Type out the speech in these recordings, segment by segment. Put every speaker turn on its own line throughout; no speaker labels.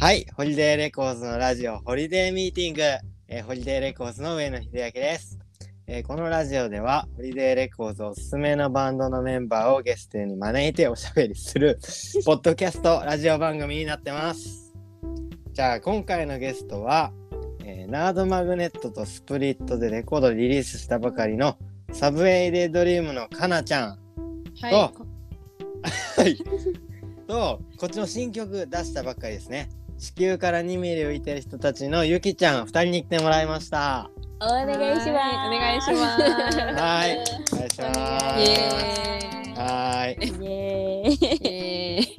はい、ホリデーレコーズのラジオ、ホリデーミーティング、えーホリデーレコーズの上野秀明です、えーこのラジオでは、ホリデーレコーズおすすめのバンドのメンバーをゲストに招いておしゃべりする、ポッドキャストラジオ番組になってます。じゃあ、今回のゲストは、えーナードマグネットとスプリットでレコードをリリースしたばかりの、サブウェイデイドリームのかなちゃん。
はい
あ。はい。と、こっちの新曲出したばっかりですね。地球から2ミリ浮いてる人たちのゆきちゃん2人に来てもらいました。
お願いします。
お願いします。
はい。お願いします。
イエーイ
はーい。
す。イエーイ。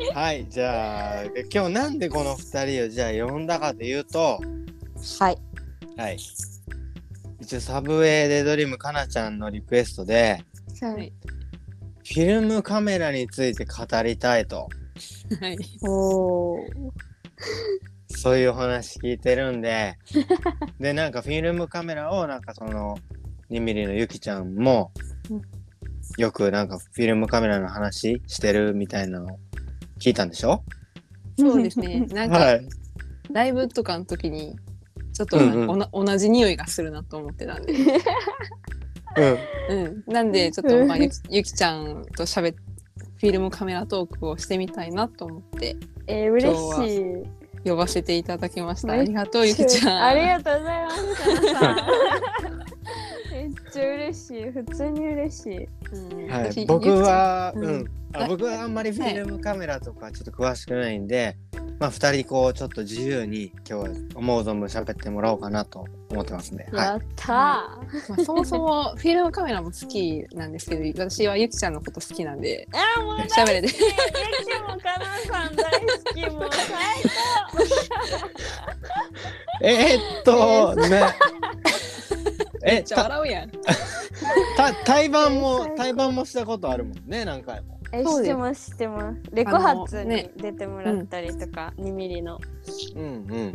えー
はい。じゃあ、今日なんでこの2人をじゃあ呼んだかというと、
はい。
はい。一応サブウェイでドリームかなちゃんのリクエストで、
はい。
フィルムカメラについて語りたいと、
はい。
おお。
そういうお話聞いてるん で、で、なんかフィルムカメラを、なんかその、2ミリのゆきちゃんも
うん、
よくなんかフィルムカメラの話してるみたいなのを聞いたんでしょ
そうです ね。。なん
は
か
い。
ライブとかの時にちょっとなんか
うんうん
おな同じ匂いがするなと思ってたんで、
うん。
うん。なんでちょっとまあ
うん
ゆきゆきちゃんと喋っフィルムカメラトークをしてみたいなと思って
えー、嬉しい。
呼ばせていただきました。
め
あ
っ
りがとうゆきちゃん。
ありがとうございます。かなさんめっちゃ嬉しい。普通に嬉しい。
うん
は
私
い、僕は、
ゆき
う
ちゃんうん
ん、あ僕はあんまりフィルムカメラとかちょっと詳しくないんで、まあ2人こうちょっと自由に今日は思う存分喋ってもらおうかなと思ってますね。
や
は
った
まあ、そもそもフィルムカメラも好きなんですけど私はゆきちゃんのこと好きなんで
ー。あーもう
喋れて
ゆきもかなさん大好きもう最高。
い。えーっと、ね。
め
え、
っちゃ
た、
笑うやん。
た、対バン
え
も
ー、
対バンもしたことあるもんね、何回も。
え、
そう
知っ
です
てます知ってます。レコ発
あの
に
ね
出てもらったりとか、2ミリの。
うん、うん。
ね、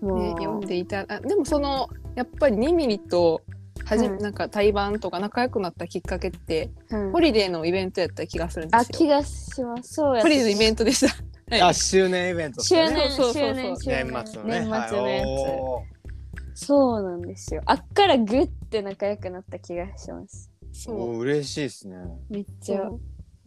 も
読ん
う。
でいたあでもそのやっぱり2ミリとはじ、
うん
なんか対バンとか仲良くなったきっかけって、
うん
ホリデーのイベントやった気がするんで
あ、
す
気
よ。
がします。そうや
ホリデーのイベ
ン
ントでした。 はい
あ、周年イベント
ト
とか
周
ね。
年、
そうそうそうそう
周年、周年。
年末のね。
年末のやつ。
はいお
そうなんですよ。あっからぐって仲良くなった気がします。
ー
そ
おー、嬉しいですね。
めっ
う
ちゃ。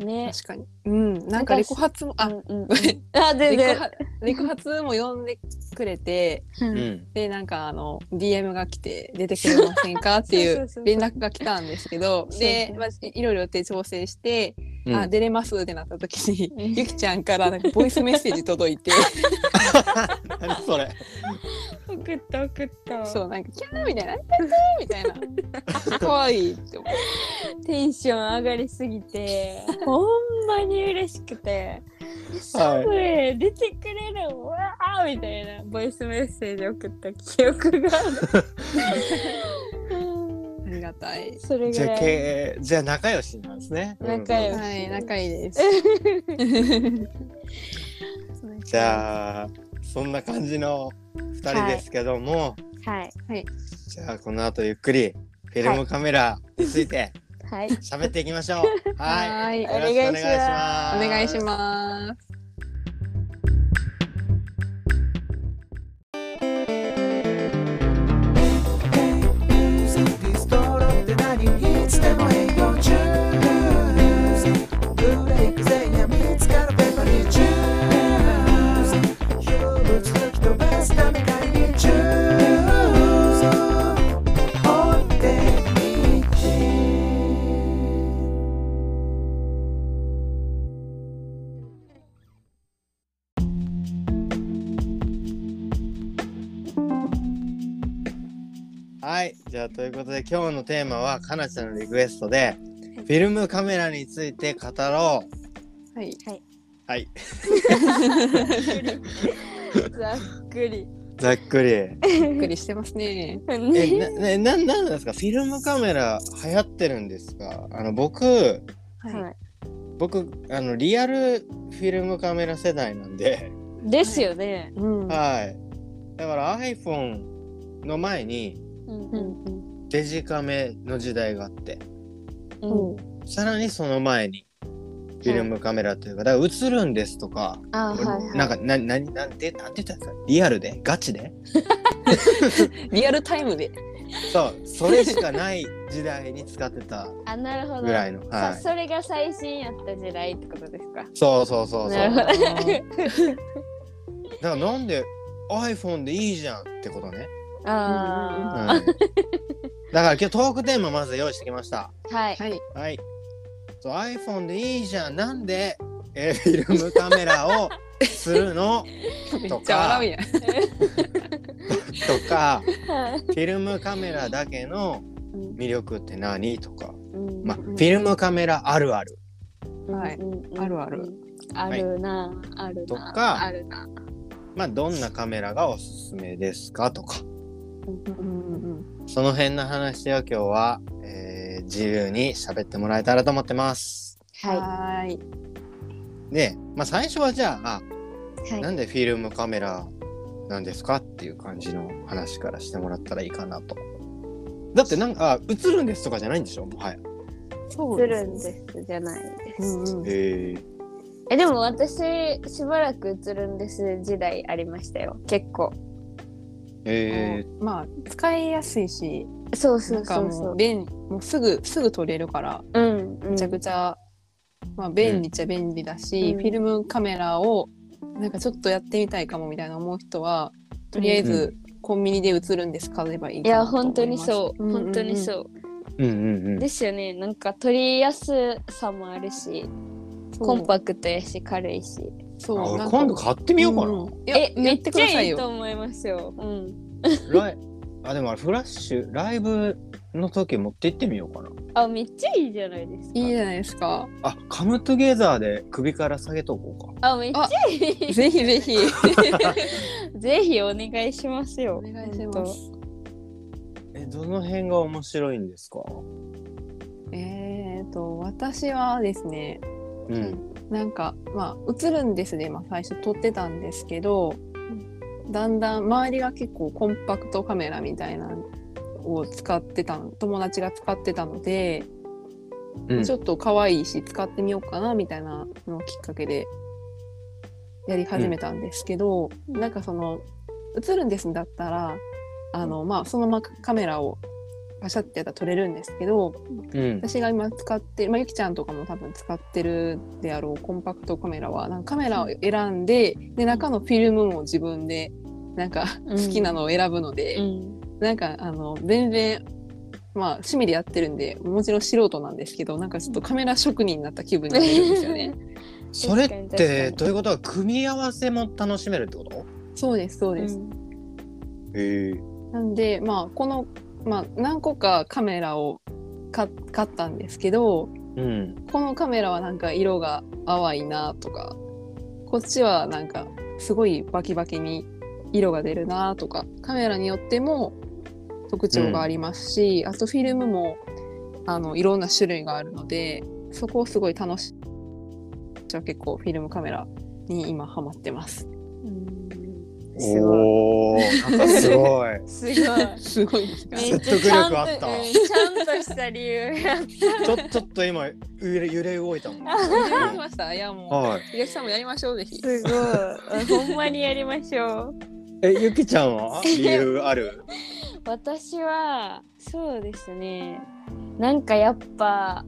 ね。
確かに。うん、なんかレコ発もあ、
うんうん
ごめん
あ、全
レコ
然。
発レコ発も呼んでくれて
う
うんん。
でなんかあの DM が来て出てくれませんかってい
そうそう
う
そうそう
連絡が来たんですけど
そう
で
そ、う
まあ、いいろいろ予定調整して、
うん
あ出れますってなった時に、
うん
ゆきちゃんからなんかボイスメッセージ届いて。
何 それ。
送った送った
そうなんかキャーみたいな「やったー!」みたいな 可愛いって思
テンション上がりすぎて、ほんまに嬉しくて、サブウェイ出てくれるわーみたいなボイスメッセージ送った記憶がある。 うん
うありがたい
それ
じゃ
ぐ
あ、
らい。
けじゃあ仲良しなんですね。
仲良し
はい仲いいです
じゃあそんな感じの2人ですけども、
はい。
じゃあこの後ゆっくりフィルムカメラについて
はい。
喋っていきましょう。は
はい
い、
お
よろしくお願いします。
願いします
はい、じゃあということで今日のテーマはかなちゃんのリクエストでフィルムカメラについて語ろう。
はい
はい、
ざっくり。
ざっくり。
ゆっくりしてますね
え、な、な、なんなんですか。フィルムカメラ流行ってるんですか。あの僕、
は
僕あのリアルフィルムカメラ世代なんで、
い。ですよね。
うん
はいだから iPhone の前に
うん
う
うん
うん
デジカメの時代があって
ん
さらにその前にフィルムカメラというか、だから映るんですとか、
あーはいはい
なんか、な、な、なんて、なんて言ったんですかリアルでガチで
リアルタイムで。
そう、それしかない時代に使ってた
あなるほど
ぐらいの。は
さ
い。
それが最新やった時代ってことですか
そうそうそうそう。
なるほ
だ
ど
からなんで iPhone でいいじゃんってことね。うん。
あ
だから今日トークテーマまず用意してきました。
ーはい
はい。
はい。そう iPhone でいいじゃん。なんで、えーフィルムカメラをする の
めっ
と
ちゃ
か
笑うやん。
とか、
はい
フィルムカメラだけの魅力って何とか、
うん
まあ、フィルムカメラあるある
はい
うん
あるある
あるな、あるな
とか
あるな
まあどんなカメラがおすすめですかとか
うんうん
その辺の話を今日は、えー自由に喋ってもらえたらと思ってます。
うん。
は
はーい。
で、まあ、最初はじゃあ、
いはい
なんでフィルムカメラなんですかっていう感じの話からしてもらったらいいかなと。だってなんかあ映るんですとかじゃないんでしょもはや。
そう
するんですじゃないです、
うんうん。
へえ。
えでも私しばらく映るんです時代ありましたよ結構
えー、
まあ使いやすいし、
そう
な
そ
ん
う
か
そう
も
そう
う便もうすぐすぐ撮れるから
うんうん
めちゃくちゃ、まあ便利っちゃ便利だし、
うん
フィルムカメラをなんかちょっとやってみたいかもみたいな思う人はとりあえずコンビニで映るんです買えばいい
い
かな
や
と思
本当にそう、
います
本当にそう、
うんうんうん
で。すよねなんか撮りやすさもあるしコンパクトやし軽いし
そう
あ
な
俺
ん
今度買ってみようか
う
な。
んうんいや
えめ
や
ってち
くださ
ゃ
い
いい
よ
と思いますよ、うん、
ライあでもあれフラッシュライブの時持って行ってみようかな。
あめっちゃいいじゃないですか
いいじゃないですか
あカムトゥゲザーで首から下げとこうか。
あめっちゃいい
ぜひぜ ひ
ぜひお願いしますよ
お願いします
えどの辺が面白いんですか。
えーと私はですね
うん。
なんかまあ映るんですで、まあ、最初撮ってたんですけど、だんだん周りが結構コンパクトカメラみたいなのを使ってたの友達が使ってたので、
うん
ちょっと可愛いし使ってみようかなみたいなのをきっかけでやり始めたんですけど、
うん
なんかその映るんですだったらあの、まあ、そのままカメラをパシャってやったら撮れるんですけど、
うん。
私が今使って、まあ、ゆきちゃんとかも多分使ってるであろうコンパクトカメラはなんかカメラを選んでで中のフィルムも自分でなんか
うん
好きなのを選ぶので、
うん
なんかあの全然、まあ、趣味でやってるんでもちろん素人なんですけどなんかちょっとカメラ職人になった気分になれるんですよ ね。
それっ
確かに確か
て
に
ということは組み合わせも楽しめるってこと
そうですそうです、
へえ。
なんでまあこの、まあ、何個かカメラを買買ったんですけど、
うん。
このカメラはなんか色が淡いなとかこっちはなんかすごいバキバキに色が出るなとかカメラによっても特徴がありますし、あとフィルムもあのいろんな種類があるのでそこをすごい楽しいじゃあ結構フィルムカメラに今ハマってます。
うんすごい
おお。なんかす ごい。
すごい
すごい
めっち
説得
ゃちゃ
力
んと
あった
うんちゃんとした理由やっ
ちょちょっと今揺れ揺れ動いたもん。
やりました。いやも
はい。
う、ゆきさんもやりましょうぜひ。
すごいあほんまにやりましょう
えゆきちゃんは理由ある？
私はそうですねなんかやっぱ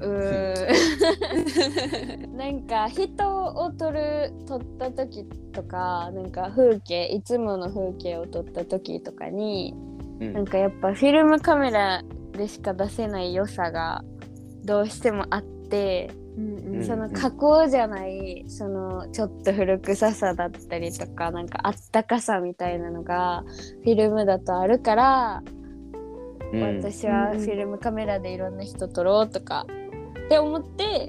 う ーんなんか人を撮る撮った時とかなんか風景いつもの風景を撮った時とかに
う
なん
ん。
かやっぱフィルムカメラでしか出せない良さがどうしてもあって
うんうん
その加工じゃないそのちょっと古臭さだったりとかなんかあったかさみたいなのがフィルムだとあるから、
うん
私はフィルムカメラでいろんな人撮ろうとかって思って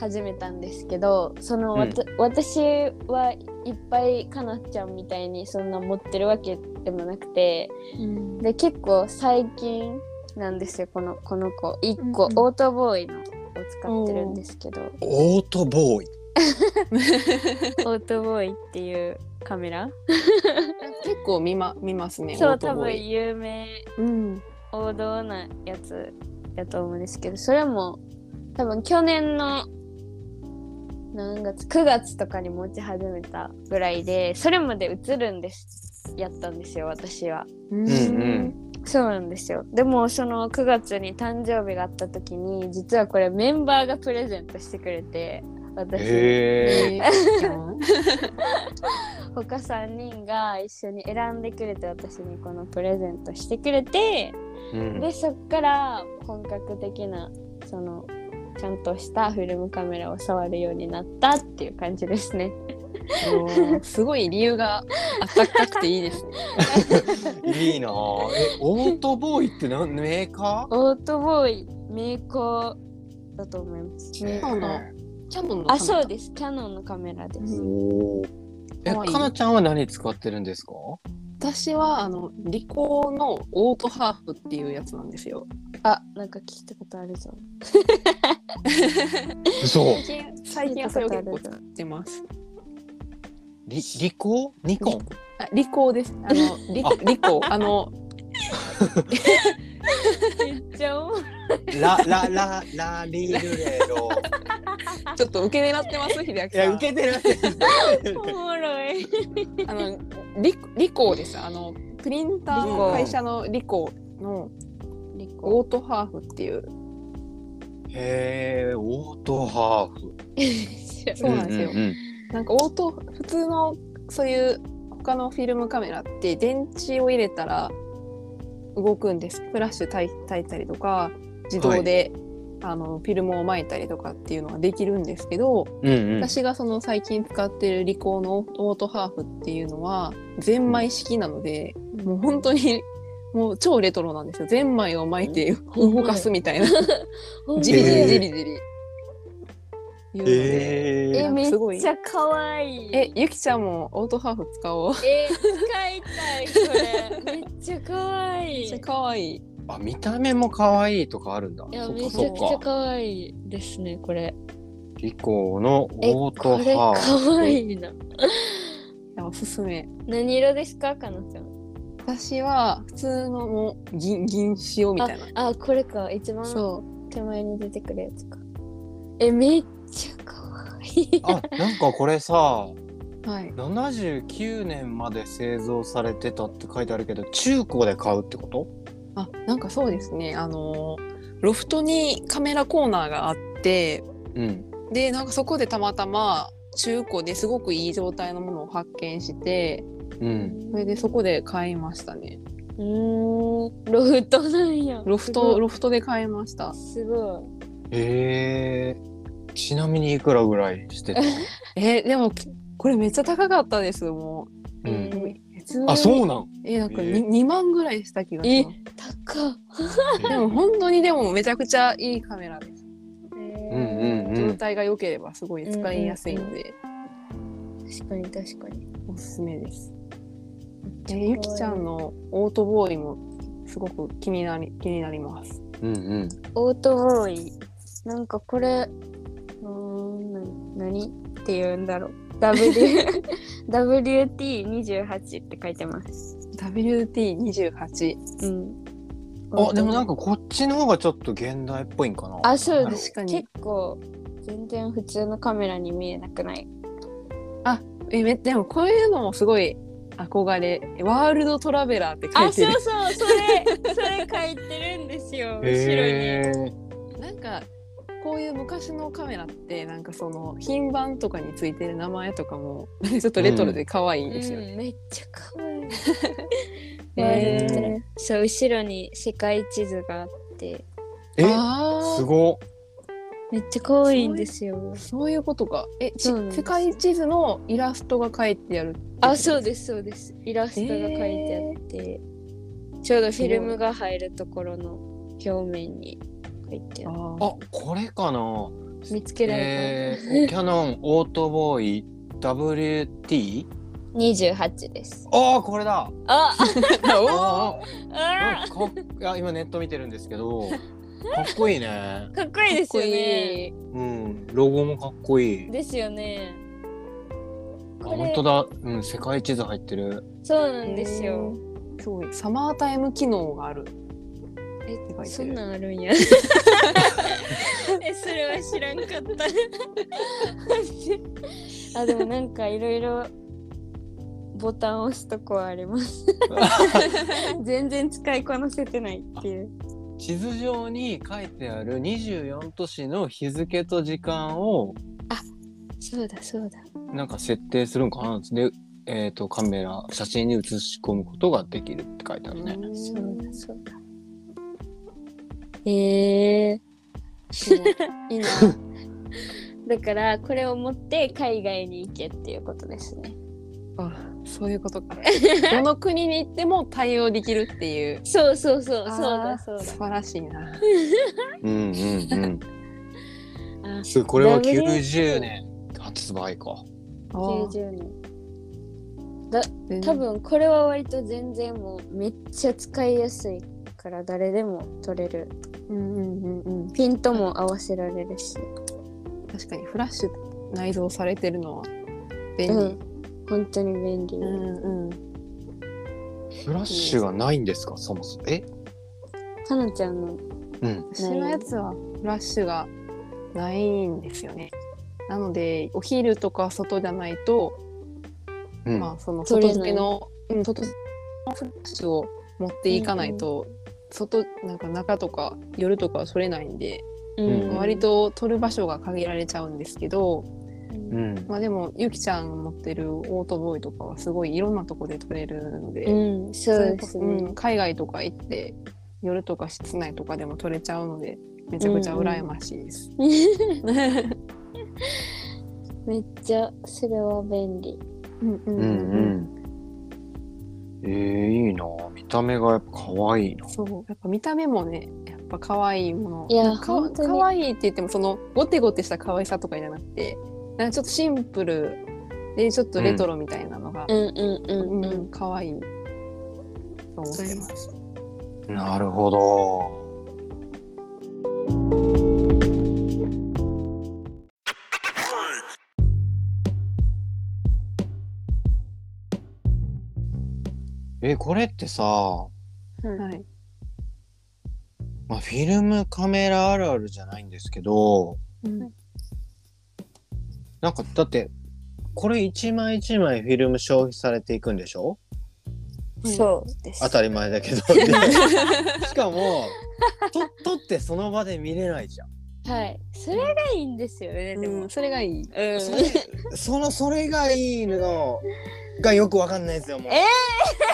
始めたんですけどそのわた、私はいっぱいかなちゃんみたいにそんな持ってるわけでもなくて
うん
で結構最近なんですよこのこの子1個、
うんうん
オートボーイのを使ってるんですけど。
オートボーイ。
オートボーイっていうカメラ
結構見ま見ますね。
そ
オー
う
ト
多
ボー
分
イ
有名
うん
王道なやつやと思うんですけどそれも多分去年の何月9月とかに持ち始めたぐらいでそれまで映るんですやったんですよ私は
うん
うん
そうなんですよでもその9月に誕生日があった時に実はこれメンバーがプレゼントしてくれて私に
へえ。
えー
他3人が一緒に選んでくれて私にこのプレゼントしてくれて
うん
でそっから本格的なそのちゃんとしたフィルムカメラを触るようになったっていう感じですね。
おーすごい理由があったかくていいです ね。
いいなぁ。え、オートボーイってなメーカー？
オートボーイ名工だと思います。名工
そうなのキャノンの
あそうですキャノンのカメラです。
おお。え、
かわいい
かなちゃんは何使ってるんですか？
私はあのリコーのオートハーフっていうやつなんですよ。
あなんか聞いたことあるぞ。
そう。
最近はそれを結構
聞いた
使
こ
ってます。
リリコ？ニコン？
あリコーです。あ のリ
あ
リコあの
めっちゃおもろい
ララララリルレ ロ。
ちょっと受け狙ってます秀明
い
さん。
や受けてるって。
おもろい。
あのリリコーです。あのプリンター
リ
の
コー
会社のリコーの
リコ
オートハーフっていう
へえ、オートハーフ。
そうなんですよ
うん
なんかオート普通のそういう他のフィルムカメラって電池を入れたら動くんですフラッシュたい焚いたりとか自動で、あのフィルムを巻いたりとかっていうのができるんですけど、
うんうんうん。
私がその最近使ってるリコーのオートハーフっていうのはゼンマイ式なので、もう本当にもう超レトロなんですよゼンマイを巻いて
んま
動
や
かすみたいな じりじり
え
じりじり。いうので
へ
え
え。
め
すごい
っちゃ可愛い。
え、ゆきちゃんもオートハーフ使おう。
え使いたいこれ。めっちゃ可愛
めっ
い。
ちゃ可愛い。
あ、見た目も可愛いとかあるんだ。
いや
そっ
め
か
ちゃ
そ
くちゃ
っか。
可愛いですねこれ。
リコのオ
え
ー
こ
ト
れ
ハーフ。
可愛いな。
いやおすすめ。
何色ですかかなちゃん。
私は普通のもう銀銀塩みたいな。
あこれか一番
そ
手前に出てくるやつか。えめっちゃ可愛い。
あ、なんかこれさ、
う。はい。
79年まで製造されてたって書いてあるけど、中古で買うってこと？
あ、なんかそうですね。あのーロフトにカメラコーナーがあって、
うん。
でなんかそこでたまたま中古ですごくいい状態のものを発見して、
うん。
それでそこで買いましたね。
うーんロフトなんや。
ロフトロフトで買いました。
すご
へえ。ちなみにいくらぐらいしてた？
えーでもこれめっちゃ高かったですも
い。
う
え
ん。
ー
う。普通に
あ、そうなん。
えーなんか
え
に
ー
2万ぐらいした気がします。
高っ。
でも本当にでもめちゃくちゃいいカメラです。
う
うん
うんう
状
ん。
態が良ければすごい使いやすいので、
確かに確かに。
おすすめです。えゆきちゃんのオートボーイもすごく気になり気になります。
うんうん。
オートボーイなんかこれうーんな何って言うんだろう W WT28 って書いてます、
WT28。
うん、
あ、でもなんかこっちの方がちょっと現代っぽいんかな。
あそう
な
で
る
す
確かに
結構全然普通のカメラに見えなくない
えめでもこういうのもすごい憧れ。ワールドトラベラーって書いてる。
そうそれそれ書いてるんですよ
へえ。
なんかこういう昔のカメラってなんかその品番とかについてる名前とかも ちょっとレトロで可愛いですよね。
うん、めっちゃ可愛い
ん
ワ
へ
ー
ー
ルドトラそう後ろに世界地図があって
え、
あー
すごっ。
めっちゃ可愛いんですよ
そういうことか。え、ち
そうなんです
世界地図のイラストが書いてあるってこと。
あそうですそうですイラストが書いてあって、ちょうどフィルムが入るところの表面に書いてあ
あ
る
ー
あ、これかな。
見つけられ
えー、キャノンオートボーイ WT?
た、28です
ああこれだ
あ
あー
あ
あーかっい や今ネット見てるんですけどかっこいいね
かっこいいですよね
うんロゴもかっこいい
ですよね
あ
これ
本当だうん世界地図入ってる
そう
か
な
っこいい
んですよ。
へーすごい。サマータイム機能がある。て書
え
いてる
そんなんあるんやえそれは知らんかった あでもなんかいろいろボタン押すとこはあります 全然使いこなせてないっていう
地図上に書いてある24都市の日付と時間を
そうだそうだ
なんか設定するんかなで、えー、とカメラ写真に写し込むことができるって書いてあるね。
そうだそうだえー、いいな だからこれを持って海外に行けっていうことですね
あそういうことかどの国に行っても対応できるって いう
そうそうそうそう
あー
だそうだ
素晴らしい な
うんうんう
あ
ん。すごいこれは
W-
90年発売か。
90年
全
多
然
分これは割と全然もうめっちゃ使いやすいから誰でも取れる
うんうんうんうん
ピントも合わせられるし
確かにフラッシュ内蔵されてるのは便利、
うん本当に便利、
うんうん
フラッシュがないんですかそもそも。え
かなちゃんの
うん。
私のやつはフラッシュがないんですよねなのでお昼とか外じゃないと、
うん。
まあその
取れ
外
ない
付けの、うん、外付けのフラッシュを持っていかないと、外なんか中とか夜とかは取れないんで、
うん
割、と取る場所が限られちゃうんですけど、
うん
うん。
まあ、でもゆきちゃん持ってるオートボーイとかはすごいいろんなとこで取れるので、
うん、そう
それ
で
こ
す
そ
ね。
うん、海外とか行って夜とか室内とかでも取れちゃうのでめちゃくちゃ羨ましい です。
めっちゃそれは便利。
うんう
うんうん。えー、いいな見た目がやっぱ可愛いな。
そうやっぱ見た目もねやっぱ可愛いもの
いや
か
本当に
可愛いって言ってもそのゴテゴテした可愛さとかじゃなくてなんかちょっとシンプルでちょっとレトロみたいなのが、
うんうんうん
うん可愛いと思ってます。
なるほど。え、これってさ、
うん。
はい、
まあ、フィルムカメラあるあるじゃないんですけど、
うん
なんかだって、これ一枚一枚フィルム消費されていくんでしょ
そうです。
当たり前だけど。しかも、と撮ってその場で見れないじゃん。
はい。それがいいんですよね、で
う
も
ん、。それがいい。
うん。
それそのそれがいいのがよくわかんないですよもう。
え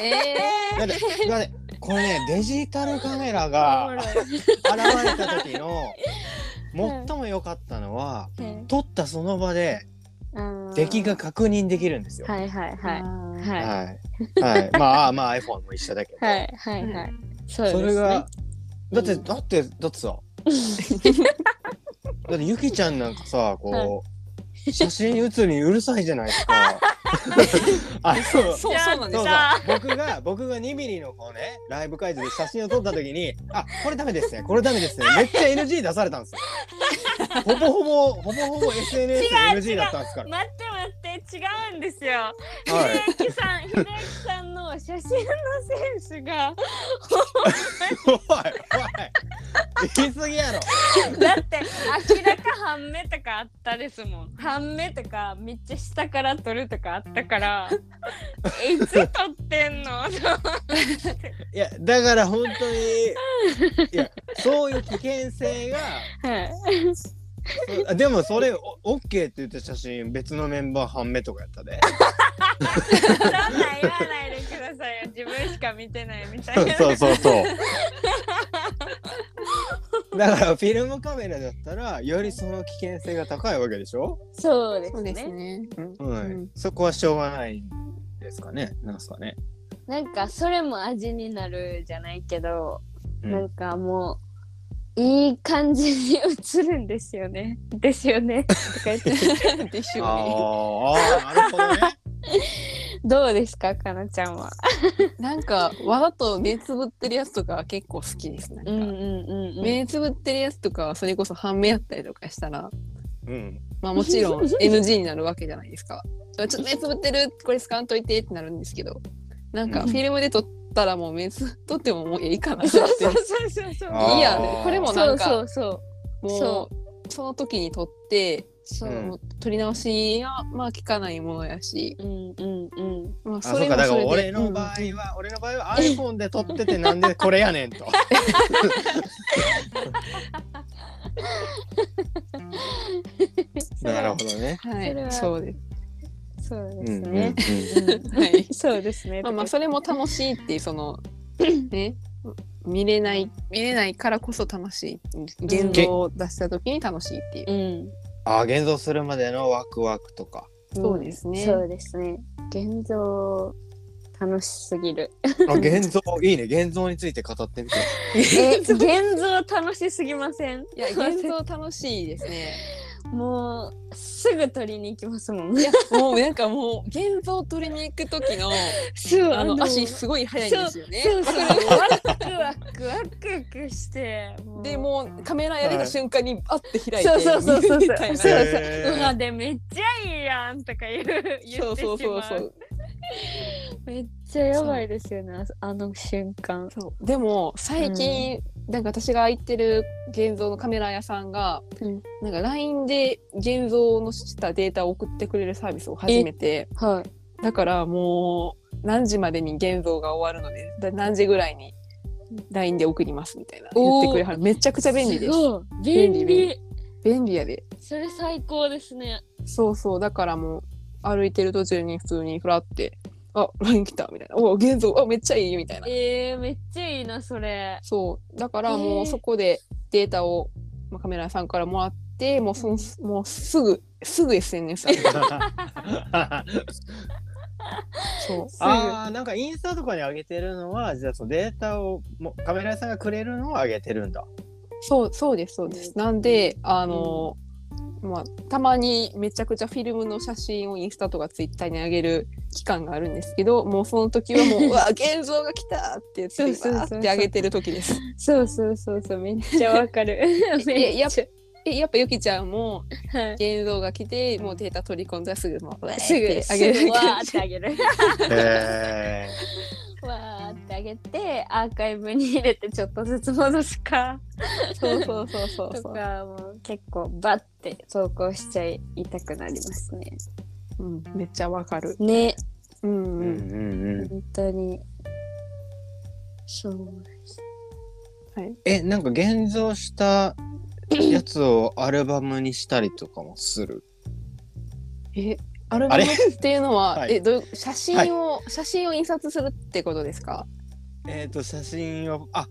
え
だってだってこれねデジタルカメラ
おも
が
ろい
現れた時の最も良かったのは撮ったその場で
うん
出来が確認できるんですよ。
はいはい
ー、
は
あ
い。
ー
は、
はい
はい、 まあまあ iPhone も一緒だけど、
い。はいはいはい。そうです
そ
ね。
れがだって
うん
だってだって さだってゆきちゃんなんかさこう写真写るにうるさいじゃないです か。あそう
そうそうなんで
そう
すよ
そう。僕が僕が2ミリのこうねライブ会場で写真を撮った時に「あこれダメですねこれダメですね」めっちゃ NG 出されたんですよ。ほぼほぼほぼほぼ SNS の NG だったんですから。
待って待って違うんですよ。
はい
秀明さん秀明さんの写真のセンスが
おいおい言い過ぎやろ。
だって明らか半目とかあったですもん半目とかめっちゃ下から撮るとかあったからえいつ撮ってんの
いやだから本当にいやそういう危険性があでもそれお OK って言った写真別のメンバー半目とかやったで。
そんなん言わないでくださいよ自分しか見てないみたいな
そうそう そう。だからフィルムカメラだったらよりその危険性が高いわけでしょ、
そう
そうですね。
はい
うん
そこはしょうがないんですかねなんすかね、
なんかそれも味になるじゃないけど、
う
なん
ん、
かもういい感じに映るんですよね ですよねとか言って
でし
あー
ょ
あーなるほどね
どうですかかなちゃんは
うね。なんかわざと目つぶってるやつとか結構好きです。なんか、
うん
目つぶってるやつとかはそれこそ半目やったりとかしたら、
うん
まあもちろん NG になるわけじゃないですか。ちょっと目つぶってるこれ使わんといてってなるんですけど、なんか
うん
フィルムで撮ったらもう目つ 撮 ってももういいかなって。
そうそうそうそうそう
あー
いいやこれもなんか
そうそうそう
も
そう
その時に撮ってその、
う
撮り直しはまあ聞かないものやし、
うんうんうん。
まあ、
あそ
そうれ
か
も
だ
そ
から
れで
俺の場合は、俺の場合は iPhone で撮っててなんでこれやねんと なるほどね
うんは
それはい
そうです、
そう
う
で
ん
す
うん
ね。
うんはい
うんそうですね。
まあまあ
とか
それも楽しいっていうそのね見れない見れないからこそ楽しい言動を出した時に楽しいっていう、
うん。
ああ現像するまでのワクワクとか
そうですね
そうですね。現像楽しすぎる。
あ現像いいね現像について語ってみて
え、 現像楽しすぎません。
いや現像楽しいですね
もうすぐ取りに行きますもん。
いやもうなんかもう現像取りに行く時の
すぐ
あの足
そう
すごい速いんですよね
そうそう。
わか
ワ
る
クワクワクワクして。もう
でもうカメラやれた瞬間にあって開いて
そうそうそうそう
見るみ
そう
たいな
そうそう
へー
馬でめっちゃいいやんとか言う言
そ
っ
う
てし
そ
まう
うそうそう
めっちゃやばいですよねああの瞬間
そうでも最近、なんか私が行ってる現像のカメラ屋さんが、
うん
なんか LINE で現像のしたデータを送ってくれるサービスを始めて
はい
だからもう何時までに現像が終わるのでだ何時ぐらいに LINE で送りますみたいな言
お
っ
ー
てくれはるめちゃくちゃ便利です
ごい
便
便
利
利
便便利やで
それ最高ですね
そうそうだからもう歩いてる途中に普通にフラって「あ LINE 来た」みたいな「お現像あめっちゃいい」みたいな
えー、めっちゃいいなそれ
そうだからも
へ
う
え
そこでデータを、まあ、カメラ屋さんからもらってもうそのもうすぐすぐ SNS だねそう
ああなんかインスタとかに上げてるのはじゃあそのデータをもカメラ屋さんがくれるのを上げてるんだ
そうそうですそうですなんであの、まあ、たまにめちゃくちゃフィルムの写真をインスタとかツイッターに上げる期間があるんですけどもうその時はもう 「うわ現像が来た!」って言って
そうそうそう
わーって上げてる時です
そうそうそうそうめっちゃわかる
や
めっち
えやっぱゆきちゃんも
ゃはい
現像が来てもうデータ取り込んだらすぐもうわーって
す
あ
ぐ
げる
すぐわーってあげる
へー
わーってあげてアーカイブに入れてちょっとずつ戻すか
そうそうそうそう
と
そう、
かもう結構バッて投稿しちゃいたくなりますね。
うん、めっちゃわかる
ね、
うん
う
うん、
んうんうん
本当に。そうです。
はい
えなんか現像したやつをアルバムにしたりとかもする
えアルバムっていうのは、
あれはい
えどういう写真を、写真を印刷するってことですか
えっ、と写真をあ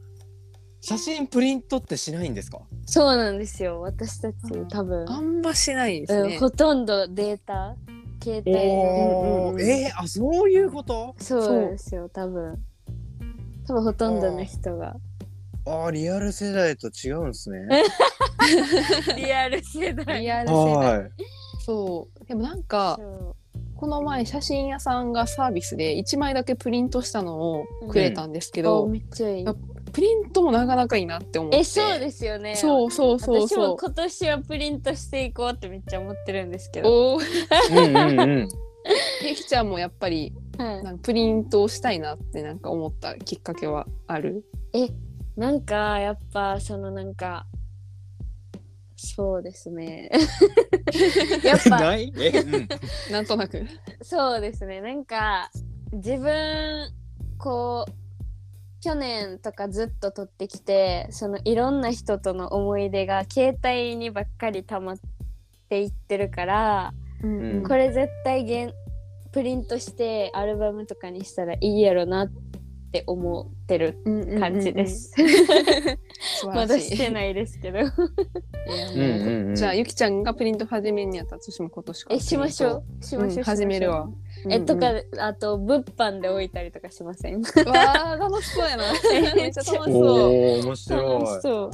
写真プリントってしないんですか
そうなんですよ。私たち多分、
あんましないです
うん、
ね、
ほとんどデータ、携帯の。
お
うんうんうん
ーえー、あそういうこと
そうなんですよ、多分。多分ほとんどの人が。
あーリアル世代と違うんですね。
リアル世
リ。アル世代
は
そうでもなんか
そ
この前写真屋さんがサービスで1枚だけプリントしたのをくれたんですけ
う。
ど、
あめっちゃいい
や。っプリントもなかなかいいなって思って
え、そうですよね。
そうそうそう
私も
そう
今年はプリントしていこうってめっちゃ思ってるんですけど。
おお
い。うんうんうん。
ゆきちゃんもやっぱり
はい
なんかプリントをしたいなってなんか思ったきっかけはある
なんかやっぱそのなんかそうです ねやっぱ
ない？え、うん。
なんとなく。
そうですねなんか自分こう去年とかずっと撮ってきてそのいろんな人との思い出が携帯にばっかり溜まっていってるから
うん
これ絶対現プリントしてアルバムとかにしたらいいやろなって思ってる感じで。す。
素晴
ま
ら
だ
し
し
い
てないですけど。
いやも
うん
う
うんうん
じゃあゆきちゃんがプリント始めんにやったら私も今年から
えしましょうし
プリン
ま
ト。
しょう、しましょ
うん
う
始めるわ。
えとか
うん
あと物販で置いたりとかしません楽
うん。わあ楽しそう やな。めっちゃ楽しそう。
おお面
しそ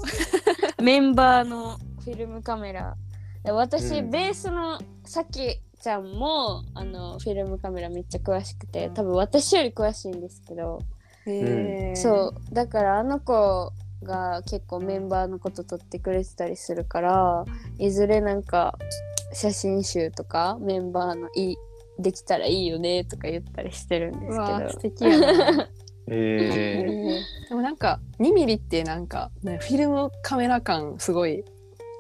うメンバーのフィルムカメラで私、
うん
ベースのさきちゃんもあのフィルムカメラめっちゃ詳しくて多分私より詳しいんですけど、
へー
そうだからあの子が結構メンバーのこと撮ってくれてたりするからいずれなんか写真集とかメンバーのいいできたらいいよねとか言ったりしてるんですけ
う
ど
わあ素敵やな。
えー。
うん
でもなんか2ミリってなんかねフィルムカメラ感すごい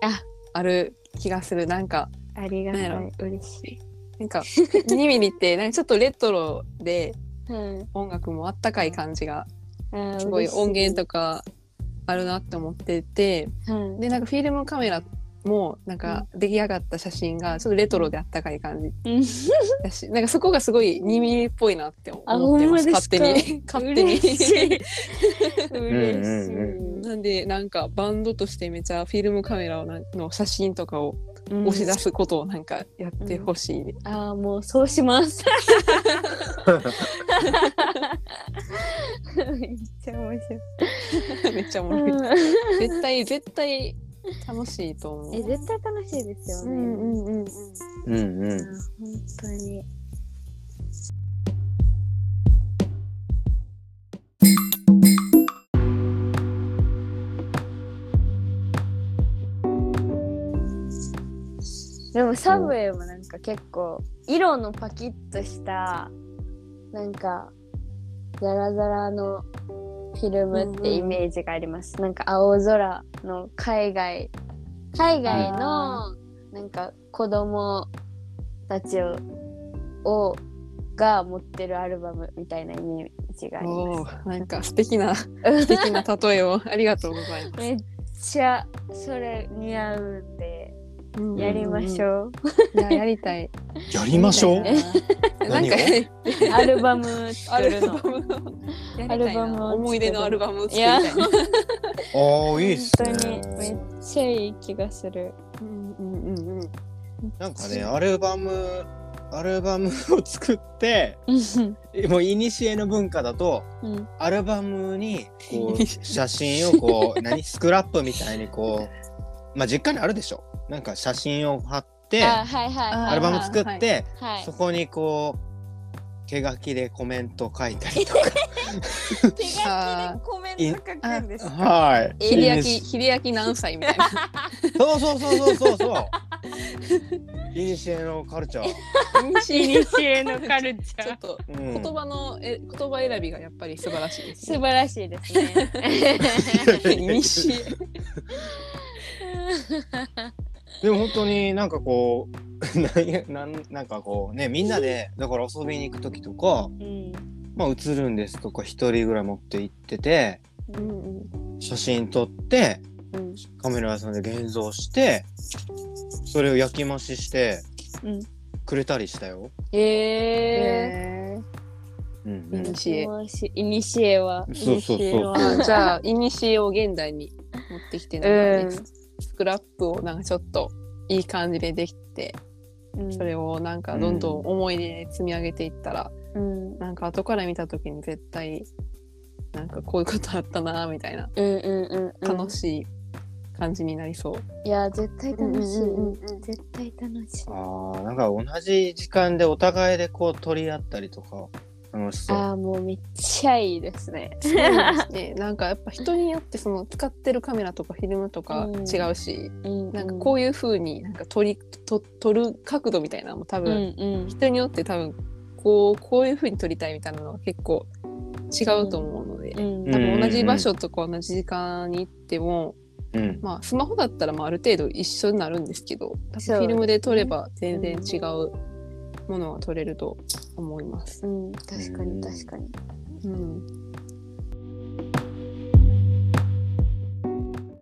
あ
ある気がするなんか
ありがた
なんや
い嬉しい
なんかニミニってなんかちょっとレトロで
うん
音楽もあったかい感じが
あー
すごい
嬉し
音源とかあるなって思ってて
うん
でなんかフィルムカメラもなんか出来上がった写真がちょっとレトロであったかい感じ
うん
だしなんかそこがすごいニミニっぽいなって思
あ
ってます
ほんまです
勝
か
手に勝手
嬉しい
に。
嬉しい
なんでなんかバンドとしてめちゃフィルムカメラをなんの写真とかを
うん
押し出すことをなんかやってほしい、
ああもうそうします めっちゃ面白い
めっちゃおもろい
うん
絶対絶対楽しいと思う。
え絶対楽しいですよ
うん
ね、
うんうんうん
うんう
うん
ん。
本当にでもサブウェイもなんか結構色のパキッとしたなんかザラザラのフィルムってイメージがあります、なんか青空の海外海外のなんか子供たちををが持ってるアルバムみたいなイメージがあり
お
ま
ーなんか素敵 な
す
素。敵な例えをありがとうございま
めっちゃそれ似合うんで
す。
やりまし
う
ょう。
ん。いややりたい。
やりましょう。
うなんか
何
アルバム作るの。
やり
ア
た
ル
い
バムを作る
な思い出のアルバムを作りたいな。
いや
ああ、いいっす
本当にめっ
ね。
ちゃいい気が する。
うんうんうんうん。
なんかね、アルバム、アルバムを作って、
うん
もう、いにしえの文化だと、
うん
アルバムに、こう、写真をこう、何、スクラップみたいにこう、まあ、実家にあるでしょ。なんか写真を貼って、
あはいはいはい。
アルバム作
は
っ
い
て、
はい
そ。こにこう、手書きでコメント書いたりとか。
手書きでコメント書くんです。
はい。
秀明秀明何歳みたいな。
そうそうそうそうそう そう。いにしえのカルチャー。
いにしえのカルチ
ちょ
ャー
っ。と
うん
言葉のえ言葉選びがやっぱり素晴らしいです
素晴
ね。
らしいですね。
いにしえ
でも本当になんかこう なんやなんなんかこうねみんなでだから遊びに行く時とか
うん
「まあ、映るんです」とか一人ぐらい持って行ってて
うんうん
写真撮って
うん
カメラ屋さんで現像してそれを焼き増しして
うん
くれたりしたよ。
ええ。
へー
うん
いにしえ。
いにしえは。
そうそうそう
古は
あじゃあ、いにしえを現代に持ってきてなんかね、スクラップをなんかちょっといい感じでできて、
うん
それをなんかどんどん思い出で積み上げていったら、
うん
なんか後から見た時に絶対、なんかこういうことあったな、みたいな、
うんうんうんうん。
楽しい感じになりそう。
いや絶対
うんう
楽し
んうん
い。絶対楽しい。
あーなんか同じ時間でお互いでこう取り合ったりとか楽しそう。
ああもうめっちゃいいですね。
すごいですね、 なんかやっぱ人によってその使ってるカメラとかフィルムとか
うん
違うし、
な
なんかこ
う
ういう風になんか撮りと撮る角度みたいなのも多
う
分、
んうん
人によって多分こうこういう風に撮りたいみたいなのは結構違うと思うので、
うん
うん
多分同じ場所とか同じ時間に行っても、
うん
まあスマホだったらまあある程度一緒になるんですけど多分
そうですね
フィルムで撮れば全然違うものが撮れると思います。
うん確かに確かに。
うん、